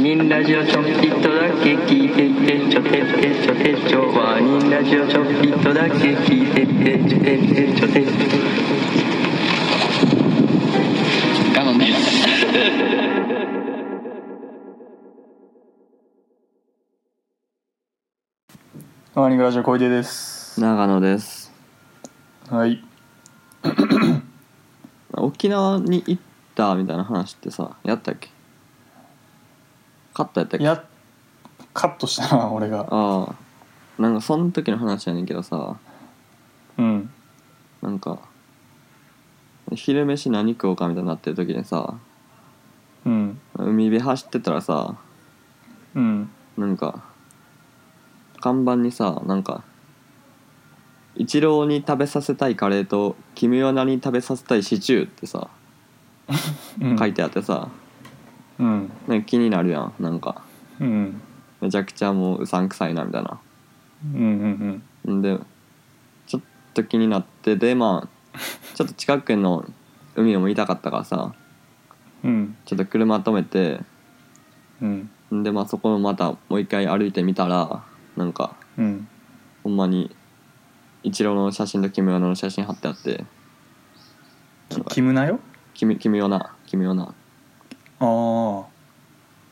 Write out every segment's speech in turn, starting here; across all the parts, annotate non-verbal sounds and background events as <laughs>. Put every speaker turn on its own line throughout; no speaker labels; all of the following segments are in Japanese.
ニンラジオちょっぴっとだけ聞いてってちょてってちょてちょワニンラジオちょっぴっとだけ聞いてってちょてってちょてっ
我慢です。
ワーニングラジオ小出です
長野です
はい
沖縄に行ったみたいな話ってさやったっけカットやったっけあ
やっカットしたな <laughs> 俺が
あなんかその時の話やねんけどさ
うん
なんか昼飯何食おうかみたいになってる時にさ
うん
海辺走ってたらさ
うん
なんか看板にさなんか「イチローに食べさせたいカレーと君は何食べさせたいシチュー」ってさ
うん
書いてあってさ、
うん
なんか気になるやんなんか
うん
めちゃくちゃもううさんくさいなみたいな
うんうん
んでちょっと気になってでまあちょっと近くの海を見たかったからさ
うんうん
ちょっと車止めて
うん
んでまあそこをまたもう一回歩いてみたらなんか
うん
ほんまに一郎の写真と君用の写真貼ってあって
きキムナよ
君君用な君用な
ああは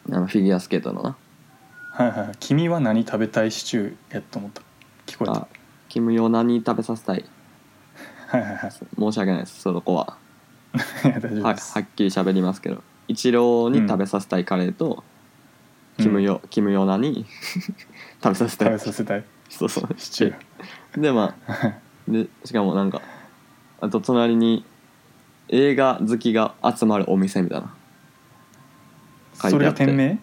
あのフィギュアスケートのない
はいはい君は何食べたいシチューやと思った聞こえ
あ君用何食べさせたい
たはいはいはい
申し訳ないですその子は
いや <laughs> 大丈
は
夫
い
です
はっきり喋りますけど一郎に食べさせたいカレーと、
うん
キムヨ、キムヨ
<laughs>
ナに食べさせた
食
い
べさせたい
そうそう
シチュー
でまあでしかもなんかあと隣に映画好きが集まるお店みたいな書い
それ
てあ
が
って
店名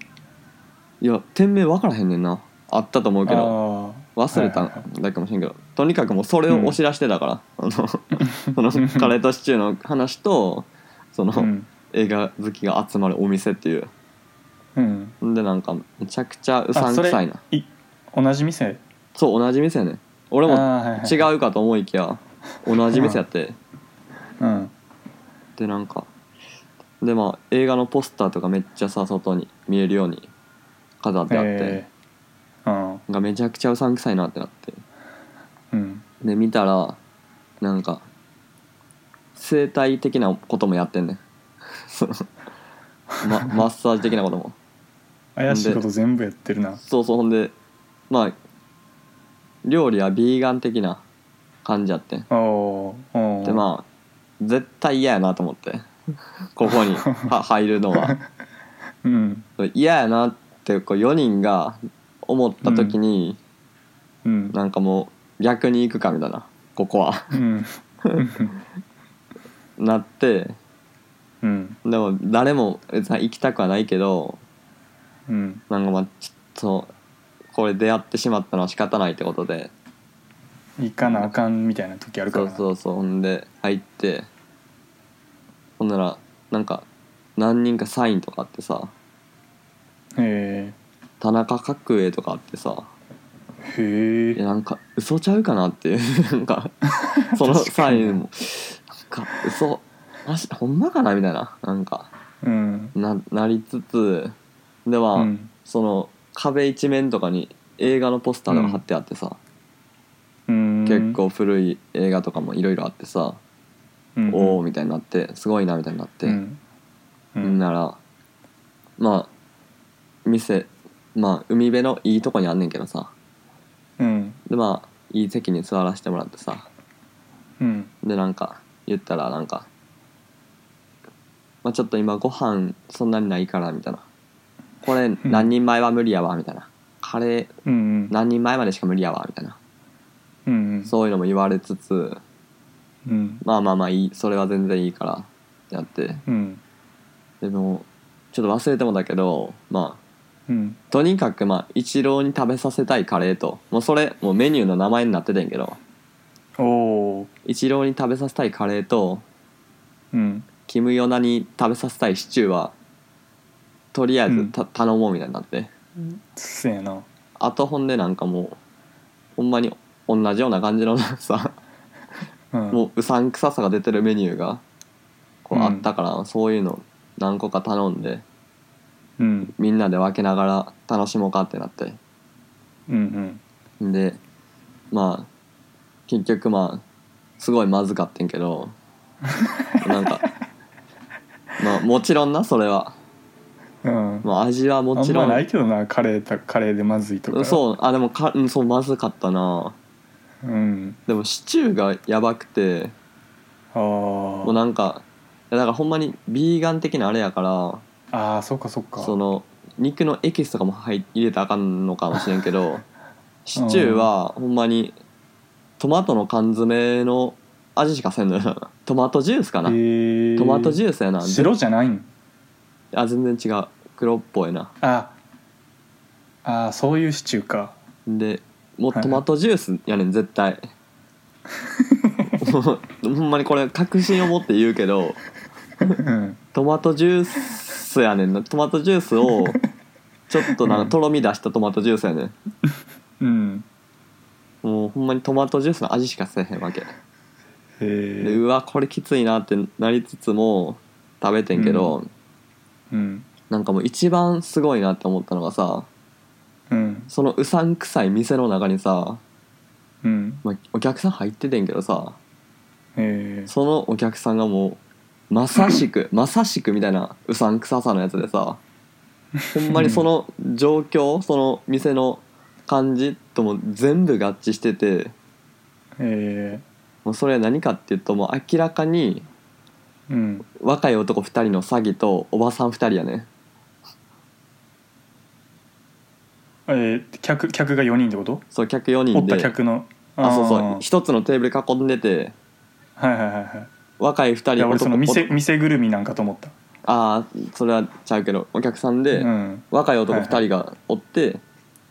いや店名分からへんねんなあったと思うけど
あ
忘れた
はいはい
んだかもしれんけどとにかくもうそれをお知らせてたから、あ
<laughs>
のそのカレーとシチューの話とその、
あうん
映画好きが集まるお店っていう <laughs>
うん
んでなんかめちゃくちゃうさ
あ
ん
そ
く
れ
さいない
同じ店
そう同じ店やねん俺も
あーはいはい
違うかと思いきや同じ店やって
うん
でなんかでまあ映画のポスターとかめっちゃさ外に見えるように飾ってあって、
ええうん
なんかめちゃくちゃうさんくさいなってなって
うん
で見たらなんか生態的なこともやってんねん <laughs> そのま、マッサージ的なことも
怪しいこと全部やってるな
そうそうほんでまあ料理はビーガン的な感じやってん
おーおー
でまあ絶対嫌やなと思ってここ
<laughs>
には入るのは
うん
嫌やなってこう4人が思った時に、
うん
なんかもう逆に行くかみたいなここは
うん
なって
うん
でも誰も別に行きたくはないけど
うん
なんかまあちょっとこれ出会ってしまったのは仕方ないってことで
行かなあかんみたいな時あるから
そう
な
そうそうほんで入ってほんならなんか何人かサインとかあってさ
へ
田中角栄とかあってさ
えへ
いや
え
なんか嘘ちゃうかなっていう <laughs> なん
<laughs>
かそのサインもなんか嘘マジほんまかなみたいななんか
うん
ななりつつでは、
うん
その壁一面とかに映画のポスターとか貼ってあってさ、
うん
結構古い映画とかもいろいろあってさ、
うん
おおみたいになってすごいなみたいになって、、
うんうん
ならまあ店まあ海辺のいいとこにあんねんけどさ
うん
でまあいい席に座らせてもらってさ
うん
でなんか言ったらなんか、まあ、ちょっと今ご飯そんなにないからみたいなこれ何人前は無理やわみたいなカレー
うんうん
何人前までしか無理やわみたいな
うん
そういうのも言われつつ
うん
まあまあまあいいそれは全然いいからやって
うん
でもちょっと忘れてもだけどまあ
うん
とにかくまあ一郎に食べさせたいカレーともうそれもうメニューの名前になっててんけど
おお
一郎に食べさせたいカレーと
うん
キムヨナに食べさせたいシチューはとりあえずた、頼もうみたいになって
せやな
あとほんでなんかもうほんまに同じような感じのさ
うん
もううさんくささが出てるメニューがこうあったから、そういうの何個か頼んで
うん
みんなで分けながら楽しもうかってなって
うんうん
でまあ結局まあすごいまずかってんけどな
<laughs>
んかまあもちろんなそれは、
うん
まあ、味はも
あん
ちろ
まない
ん
けどなカレーたカレーでまずいとか
そうあでもかうんそうまずかったな
ううん
でもシチューがやばくて
あ
もう
ー
なんかいやだからほんまにビーガン的なあれやから
あーそっかそっか
その肉のエキスとかも入入れたらあかんのかもしれん
<laughs>
けどシチューはほんまにトマトの缶詰の味しかせんのよ <laughs> なトマトジュースかな、
へー
トマトジュースやな
白じゃないん
あ全然違う黒っぽいな
ああーそういうシチューか
でもう
はい
トマトジュースやねん絶
<laughs>
対もうほんまにこれ確信を持って言うけど
うん
トマトジュースやねんなトマトジュースをちょっとなんかとろみ出したトマトジュースやねん
うん
もうほんまにトマトジュースの味しかせえへんわけ
へ
で
え
うわこれきついなってなりつつも食べてんけど、
うん
なんかもう一番すごいなって思ったのがさ
うん
そのうさんくさい店の中にさ、
うん
まあ、お客さん入っててんけどさ
へえ
そのお客さんがもうまさ
<laughs>
しくまさしくみたいなうさんくささのやつでさほんまにその状
<laughs>
況その店の感じとも全部合致してて
へ
もうそれは何かっていうともう明らかに
えうん
若い男2人の詐欺とおばさん2人やね
えー客客が4人ってこと
そう客4
お
人
った
で
客の
あそう
ー
そう一つのテーブル囲んでて
はいはいはいはい
若い2人
いや俺その店
男
店ぐるみなんかと思った
ああそれはちゃうけどお客さんで、
うん
若い男
はいは
2人がおって、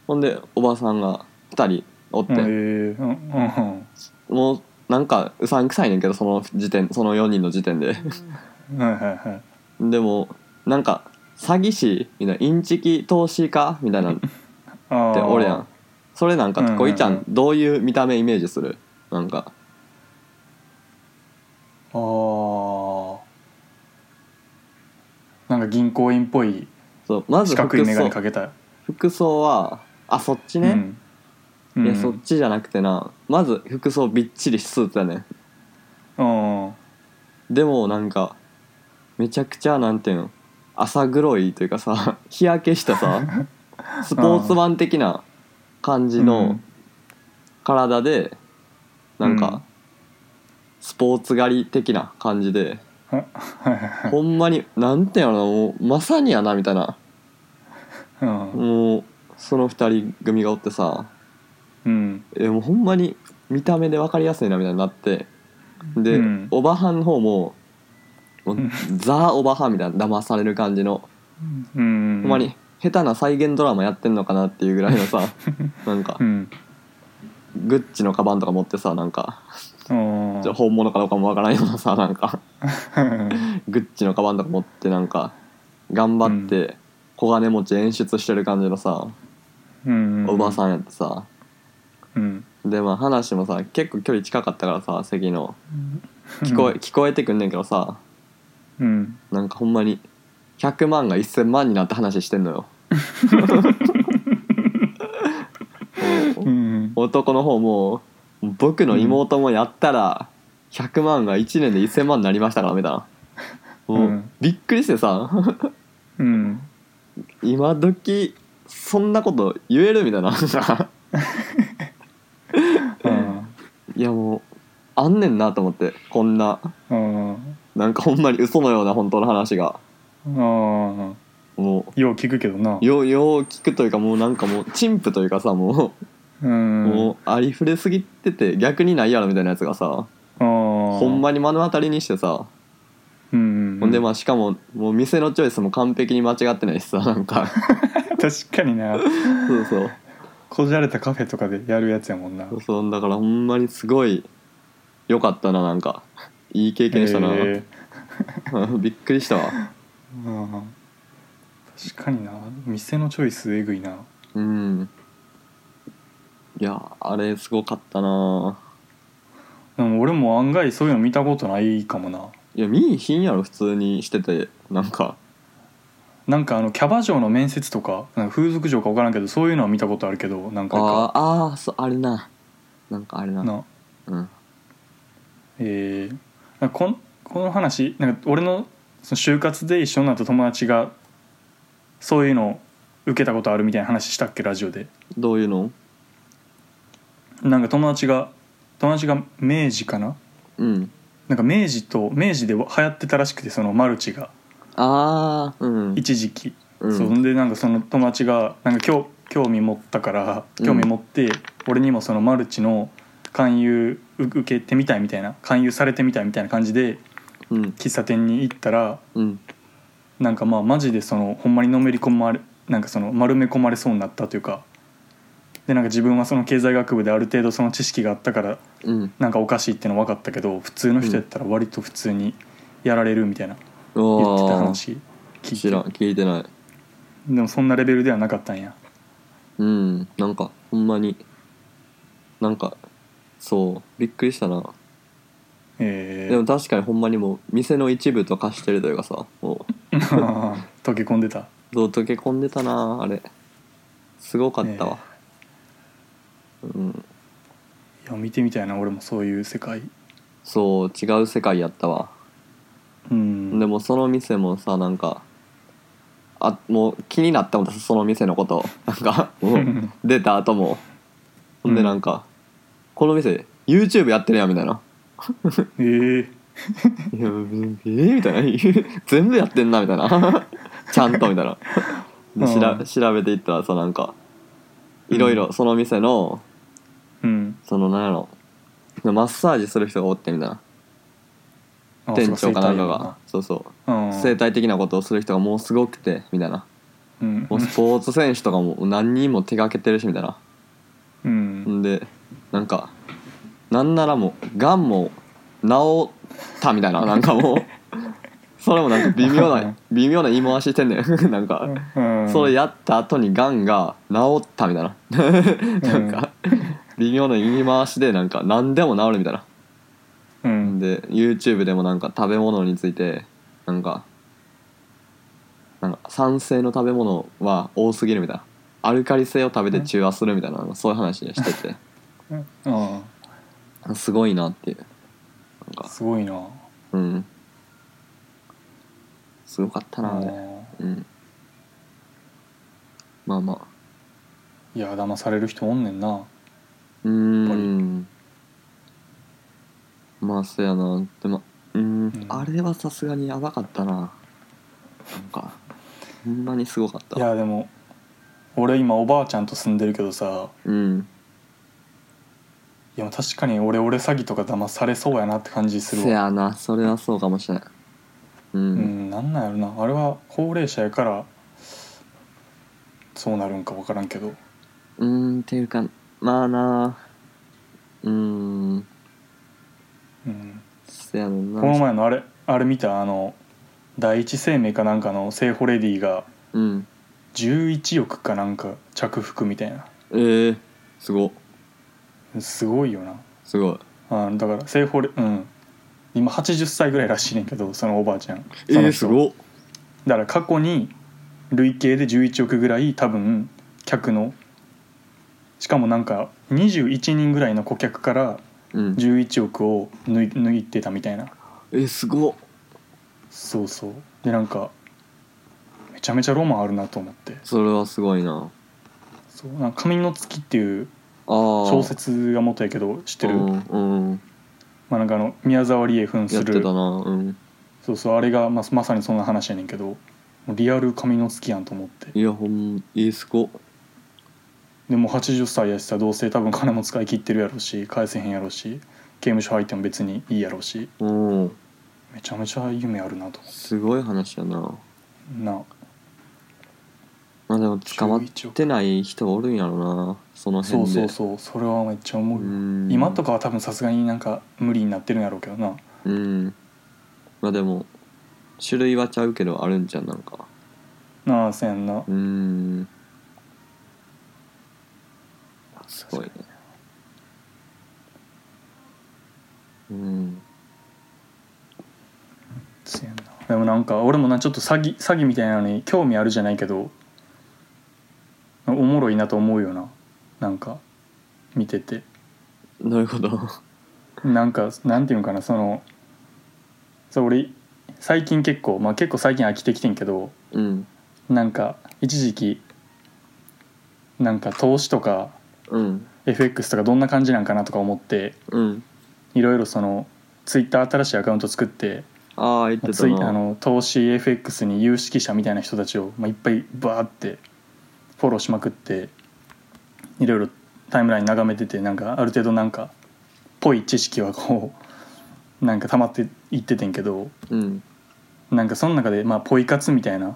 ほんでおばさんが2人おって、
うんへえうんうん
もうなんかうさんくさいねんけどその時点その4人の時点で
うんはいはいはい
でもなんか詐欺師みたいなインチキ投資家みたいなのって
あー
おるやんそれなんか
うんうんうん
こいちゃんどういう見た目イメージするなんか
あーなんか銀行員っぽい
そうま
四
ず
角い
服
眼鏡
装
かけた
服装はあそっちね、
うん、
いや
うん
そっちじゃなくてなまず服装びっちりスーツやね
うん
でもなんかめちゃくちゃなんていうの朝黒いというかさ <laughs> 日焼けしたさ
<laughs>
スポーツマン的な感じ
う
の
ん
体で、なん
うん
かスポーツ狩り的な感じで、
ははいはい
ほんまになんていうのもうまさにやなみたいな
はいうん
もうその二人組がおってさ
うん
えもうほんまに見た目で分かりやすいなみたいになってで、
うん
おばはんの方ももうんザ・おばはんみたいな騙される感じの、
うん
ほんまに下手な再現ドラマやってんのかなっていうぐらいの
<laughs>
さなんか
うん
グッチのカバンとか持ってさなんか
うん
ちょ本物かどうかもわからんようなさな
<laughs>
んか
うん
グッチのカバンとか持ってなんか頑張って小金持ち演出してる感じのさ、
うん
おばさんやってさ
うん
でまあ話もさ結構距離近かったからさ席の聞こえ聞こえてくんねんけどさ
うん
なんかほんまに100万が1000万になって話してんのよも
う
うん男の方も僕の妹もやったら100万が1年で1000万になりましたからみたいなも
う
うんびっくりしてさ
うん
今時そんなこと言えるみたいな
うん
いやもうあんねんなと思ってこんな
うん
なんかほんまに嘘のような本当の話が
うん
もう
よう聞くけどな
よよう聞くというかもうなんかもう陳腐というかさも
うん
う,、もうありふれすぎてて逆にないやろみたいなやつがさ、
ほ
ほんまに目の当たりにしてさ、
うん
ほんでまあしかももう店のチョイスも完璧に間違ってないしさ <laughs> なんか
<laughs> 確かにな
そうそう
こじゃれたカフェとかでやるやつやもんな
そうそうだからほんまにすごい良かったななんかいい経験したな、
へえ
<laughs> びっくりしたわ
うん確かにな店のチョイスえぐいな
うんいやあれすごかったな
でも俺も案外そういうの見たことないかもない
や見いひんやろ普通にしててなんか
なんかあのキャバ嬢の面接とかなんか風俗嬢か分からんけどそういうのは見たことあるけどなんか
あーあーそうあれななんかあれな
な
うん
えーなんかこんこの話なんか俺のその就活で一緒になった友達がそういうのを受けたことあるみたいな話したっけラジオで
どういうの
なんか友達が友達が明治かな
うん
なんか明治と明治で流行ってたらしくてそのマルチが
ああうん
一時期、
うん
そんでなんかその友達がなんか興興味持ったから
うん
興味持って、俺にもそのマルチの勧誘う受けてみたいみたいな勧誘されてみたいみたいな感じで
うん
喫茶店に行ったら
うん
なんかまあマジでそのほんまにのめり込まれなんかその丸め込まれそうになったというかでなんか自分はその経済学部である程度その知識があったから
うん
なんかおかしいっての分かったけど普通の人やったら割と普通にやられるみたいな言ってた
お
話聞い
知
て
らん聞いてない
でもそんなレベルではなかったんや
うんなんかほんまになんかそうびっくりしたな
え
でも確かにほんまにもう店の一部と化してるというかさも
え <laughs> 溶け込んでた
うどう溶け込んでたなあれすごかったわ、うん
いや見てみたいな俺もそういう世界
そう違う世界やったわ
うん
でもその店もさなんかあもう気になったもんだその店のことなんかもう出た後もほんでなんか、この店 YouTube やってるやんみたいな
ええ
「いやえー、みたいな <laughs> 全部やってんなみたいな <laughs> ちゃんとみたいなでしら
うん
調べていったらさなんかいろいろその店の
うん
そのなんやろマッサージする人がおってみたいな
あ
店長かなんか
そう
がそうそう
生態やもんな
生態的なことをする人がもうすごくてみたいな
うん
もうスポーツ選手とかも何人も手がけてるしみたいな
うん
んでなんかなんならもうがんも治ったみたいななんかもうそれもなんか微妙
<laughs>
な微妙な言い回ししてんねん <laughs> なんか、
うん
それやった後にがんが治ったみたいな <laughs> なんか微妙な言い回しでなんか何でも治るみたいな
うん
で YouTube でもなんか食べ物についてなんかなんか酸性の食べ物は多すぎるみたいなアルカリ性を食べて中和するみたいなそういう話して
あ
てすごいなっていうなん
あ
か
すごいな
うんすごかったなあれ
あ
うんまあまあ
あいや騙される人おんねんな
うーんまあそうやなでもうーん、
ん
あれはさすがにやばかったななんかほんまにすごかった
いやでも俺今おばあちゃんと住んでるけどさ
うん
いや確かに俺俺詐欺とか騙されそうやなって感じす
せ
るわ
やなそれはそうかもしれないうん、
うんなんなんやろなあれは高齢者やからそうなるんか分からんけど
うーんっていうかまあなうーん
うん
せやねんな
この前のあれあれ見たあの第一生命かなんかの聖保レディが
うん
11億かなんか着服みたいな
えー、すご
すごいよな
すごい
あだから聖保レうん今80歳ぐらいらしいねんけどそのおばあちゃんそ
え
の
ー、
人
すご
だから過去に累計で11億ぐらい多分客のしかもなんか21人ぐらいの顧客から
うん
11億を抜い抜いてたみたいな
えー、すご
そうそうでなんかめちゃめちゃロマンあるなと思って
それはすごいな
そうなんか「紙の月」っていう
あー
小説が元やけど知ってる、
うん、うん、
まあ、なんかあの宮沢りえ扮
や
す
ってた
る
なうん
そうそうあれがまあまさにそんな話やねんけどもうリアル紙の月やんと思って
いやほんえー、すご
でもう80歳やしさどうせ多分金も使い切ってるやろうし返せへんやろうし刑務所入っても別にいいやろうし
うん
めちゃめちゃ夢あるなと
すごい話やな
な
まあでも捕まってない人おるんやろなその
そ
辺
う
で
そうそうそれはめっちゃ思うよ
うん
今とかは多分さすがになんか無理になってるんやろうけどな
うんまあでも種類はちゃうけどあるんじゃんなんか
なあせやんな
うんすごいねうん
せやんなでもなんか俺もなちょっと詐欺詐欺みたいなのに興味あるじゃないけどおもろいなと思うよななんか見てて
どういうこと
なんかなんていうんかなそのそう俺最近結構まあ結構最近飽きてきてんけど
うん
なんか一時期なんか投資とか
うん
FX とかどんな感じなんかなとか思って
うん
いろいろそのツイッター新しいアカウント作って
ああ言ってた
つい
な
あの投資 FX に有識者みたいな人たちを、まあ、いっぱいバーってフォローしまくっていろいろタイムライン眺めててなんかある程度なんかぽい知識はこう <laughs> なんか溜まっていっててんけど
うん
なんかその中でまあポイ活みたいななん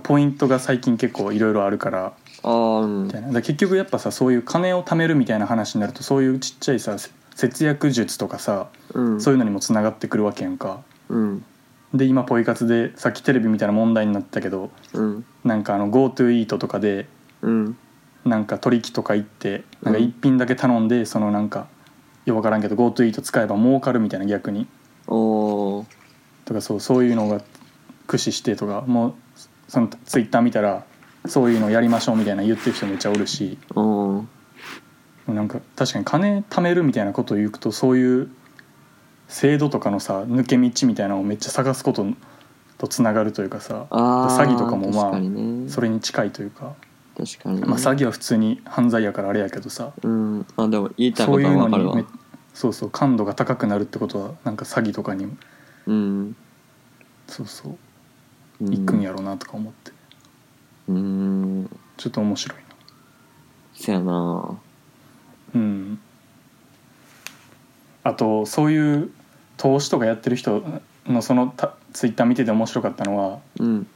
かポイントが最近結構いろいろあるから
ああう
み
ん
たいなだから結局やっぱさそういう金を貯めるみたいな話になるとそういうちっちゃいさせ節約術とかさ
うん
そういうのにもつながってくるわけやんか。
うん
で今ポイ活でさっきテレビみたいな問題になったけど
うん
なんかあの GoToEat とかで
うん
なんか取引とか行ってなんか
うん
一品だけ頼んでそのなんかよくわからんけど GoToEat 使えば儲かるみたいな逆に
おー
とかそうそういうのが駆使してとかもうそのツイッター見たらそういうのやりましょうみたいな言ってる人めっちゃおるし
おー
なんか確かに金貯めるみたいなことを言うとそういう制度とかのさ抜け道みたいなのをめっちゃ探すこととつながるというかさ
あー
詐欺とかもまあ
確かにね
それに近いというか、
確かにね
まあ、詐欺は普通に犯罪やからあれやけどさ、
うんまあでも言いたいこ
そう
と
い
は
うの
分かる
に
わ
めそうそう感度が高くなるってことはなんか詐欺とかにも
うん
そうそう
うん
行くんやろうなとか思って、
うん
ちょっと面白いな
せやな
うんあとそういう投資とかやってる人のそのたツイッター見てて面白かったのは
うん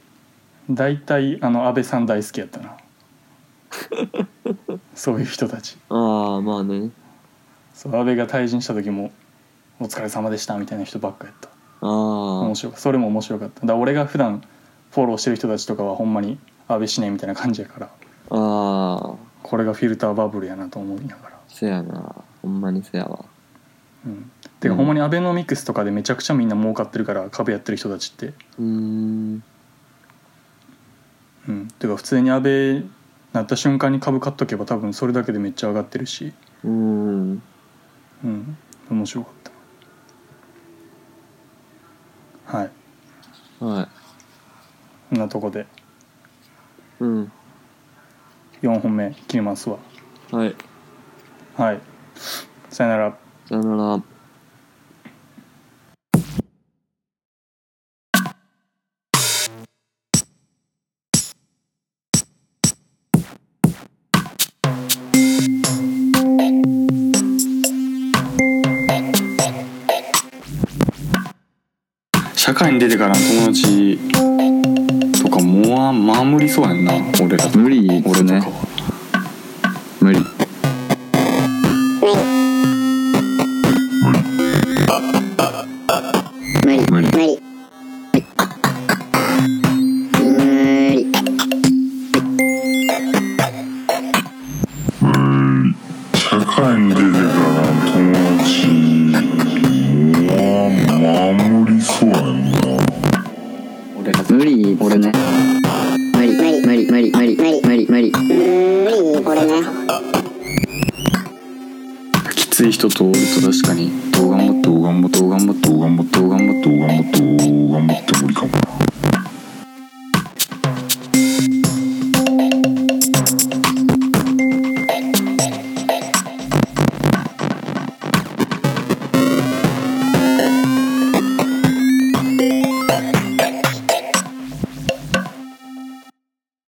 大体あの安倍さん大好きやった
<laughs>
なそういう人たち
ああまあね
そう安倍が退陣した時も「お疲れ様でした」みたいな人ばっかやった
あ
面
あ
白いそれも面白かっただから俺が普段フォローしてる人たちとかはほんまに安倍死ねみたいな感じやから
ああ
これがフィルターバブルやなと思いながら、
せやなほんまにせやわ
うん、てか、
うん
ほんまにアベノミクスとかでめちゃくちゃみんな儲かってるから株やってる人たちって
うーん
うんてか普通に安倍なった瞬間に株買っとけば多分それだけでめっちゃ上がってるし
うーん
うん面白かったはい
はい
こんなとこで
うん
4本目切りますわ
はい
はいさよなら
さよなら
社会に出てからの友達とかもうまあ無理そうやんな俺ら
無理っす
俺とか
ね
は
無理
無理無理無理無理
社会に出てから友達もう守りそうやんな
無理俺ね無理無理無理無理無理無理無理無理俺ね
きつい人とおると確かに
どう頑張ってどう頑張ってどう頑張ってどう頑張ってどう頑張ってどう頑張っても無理かもな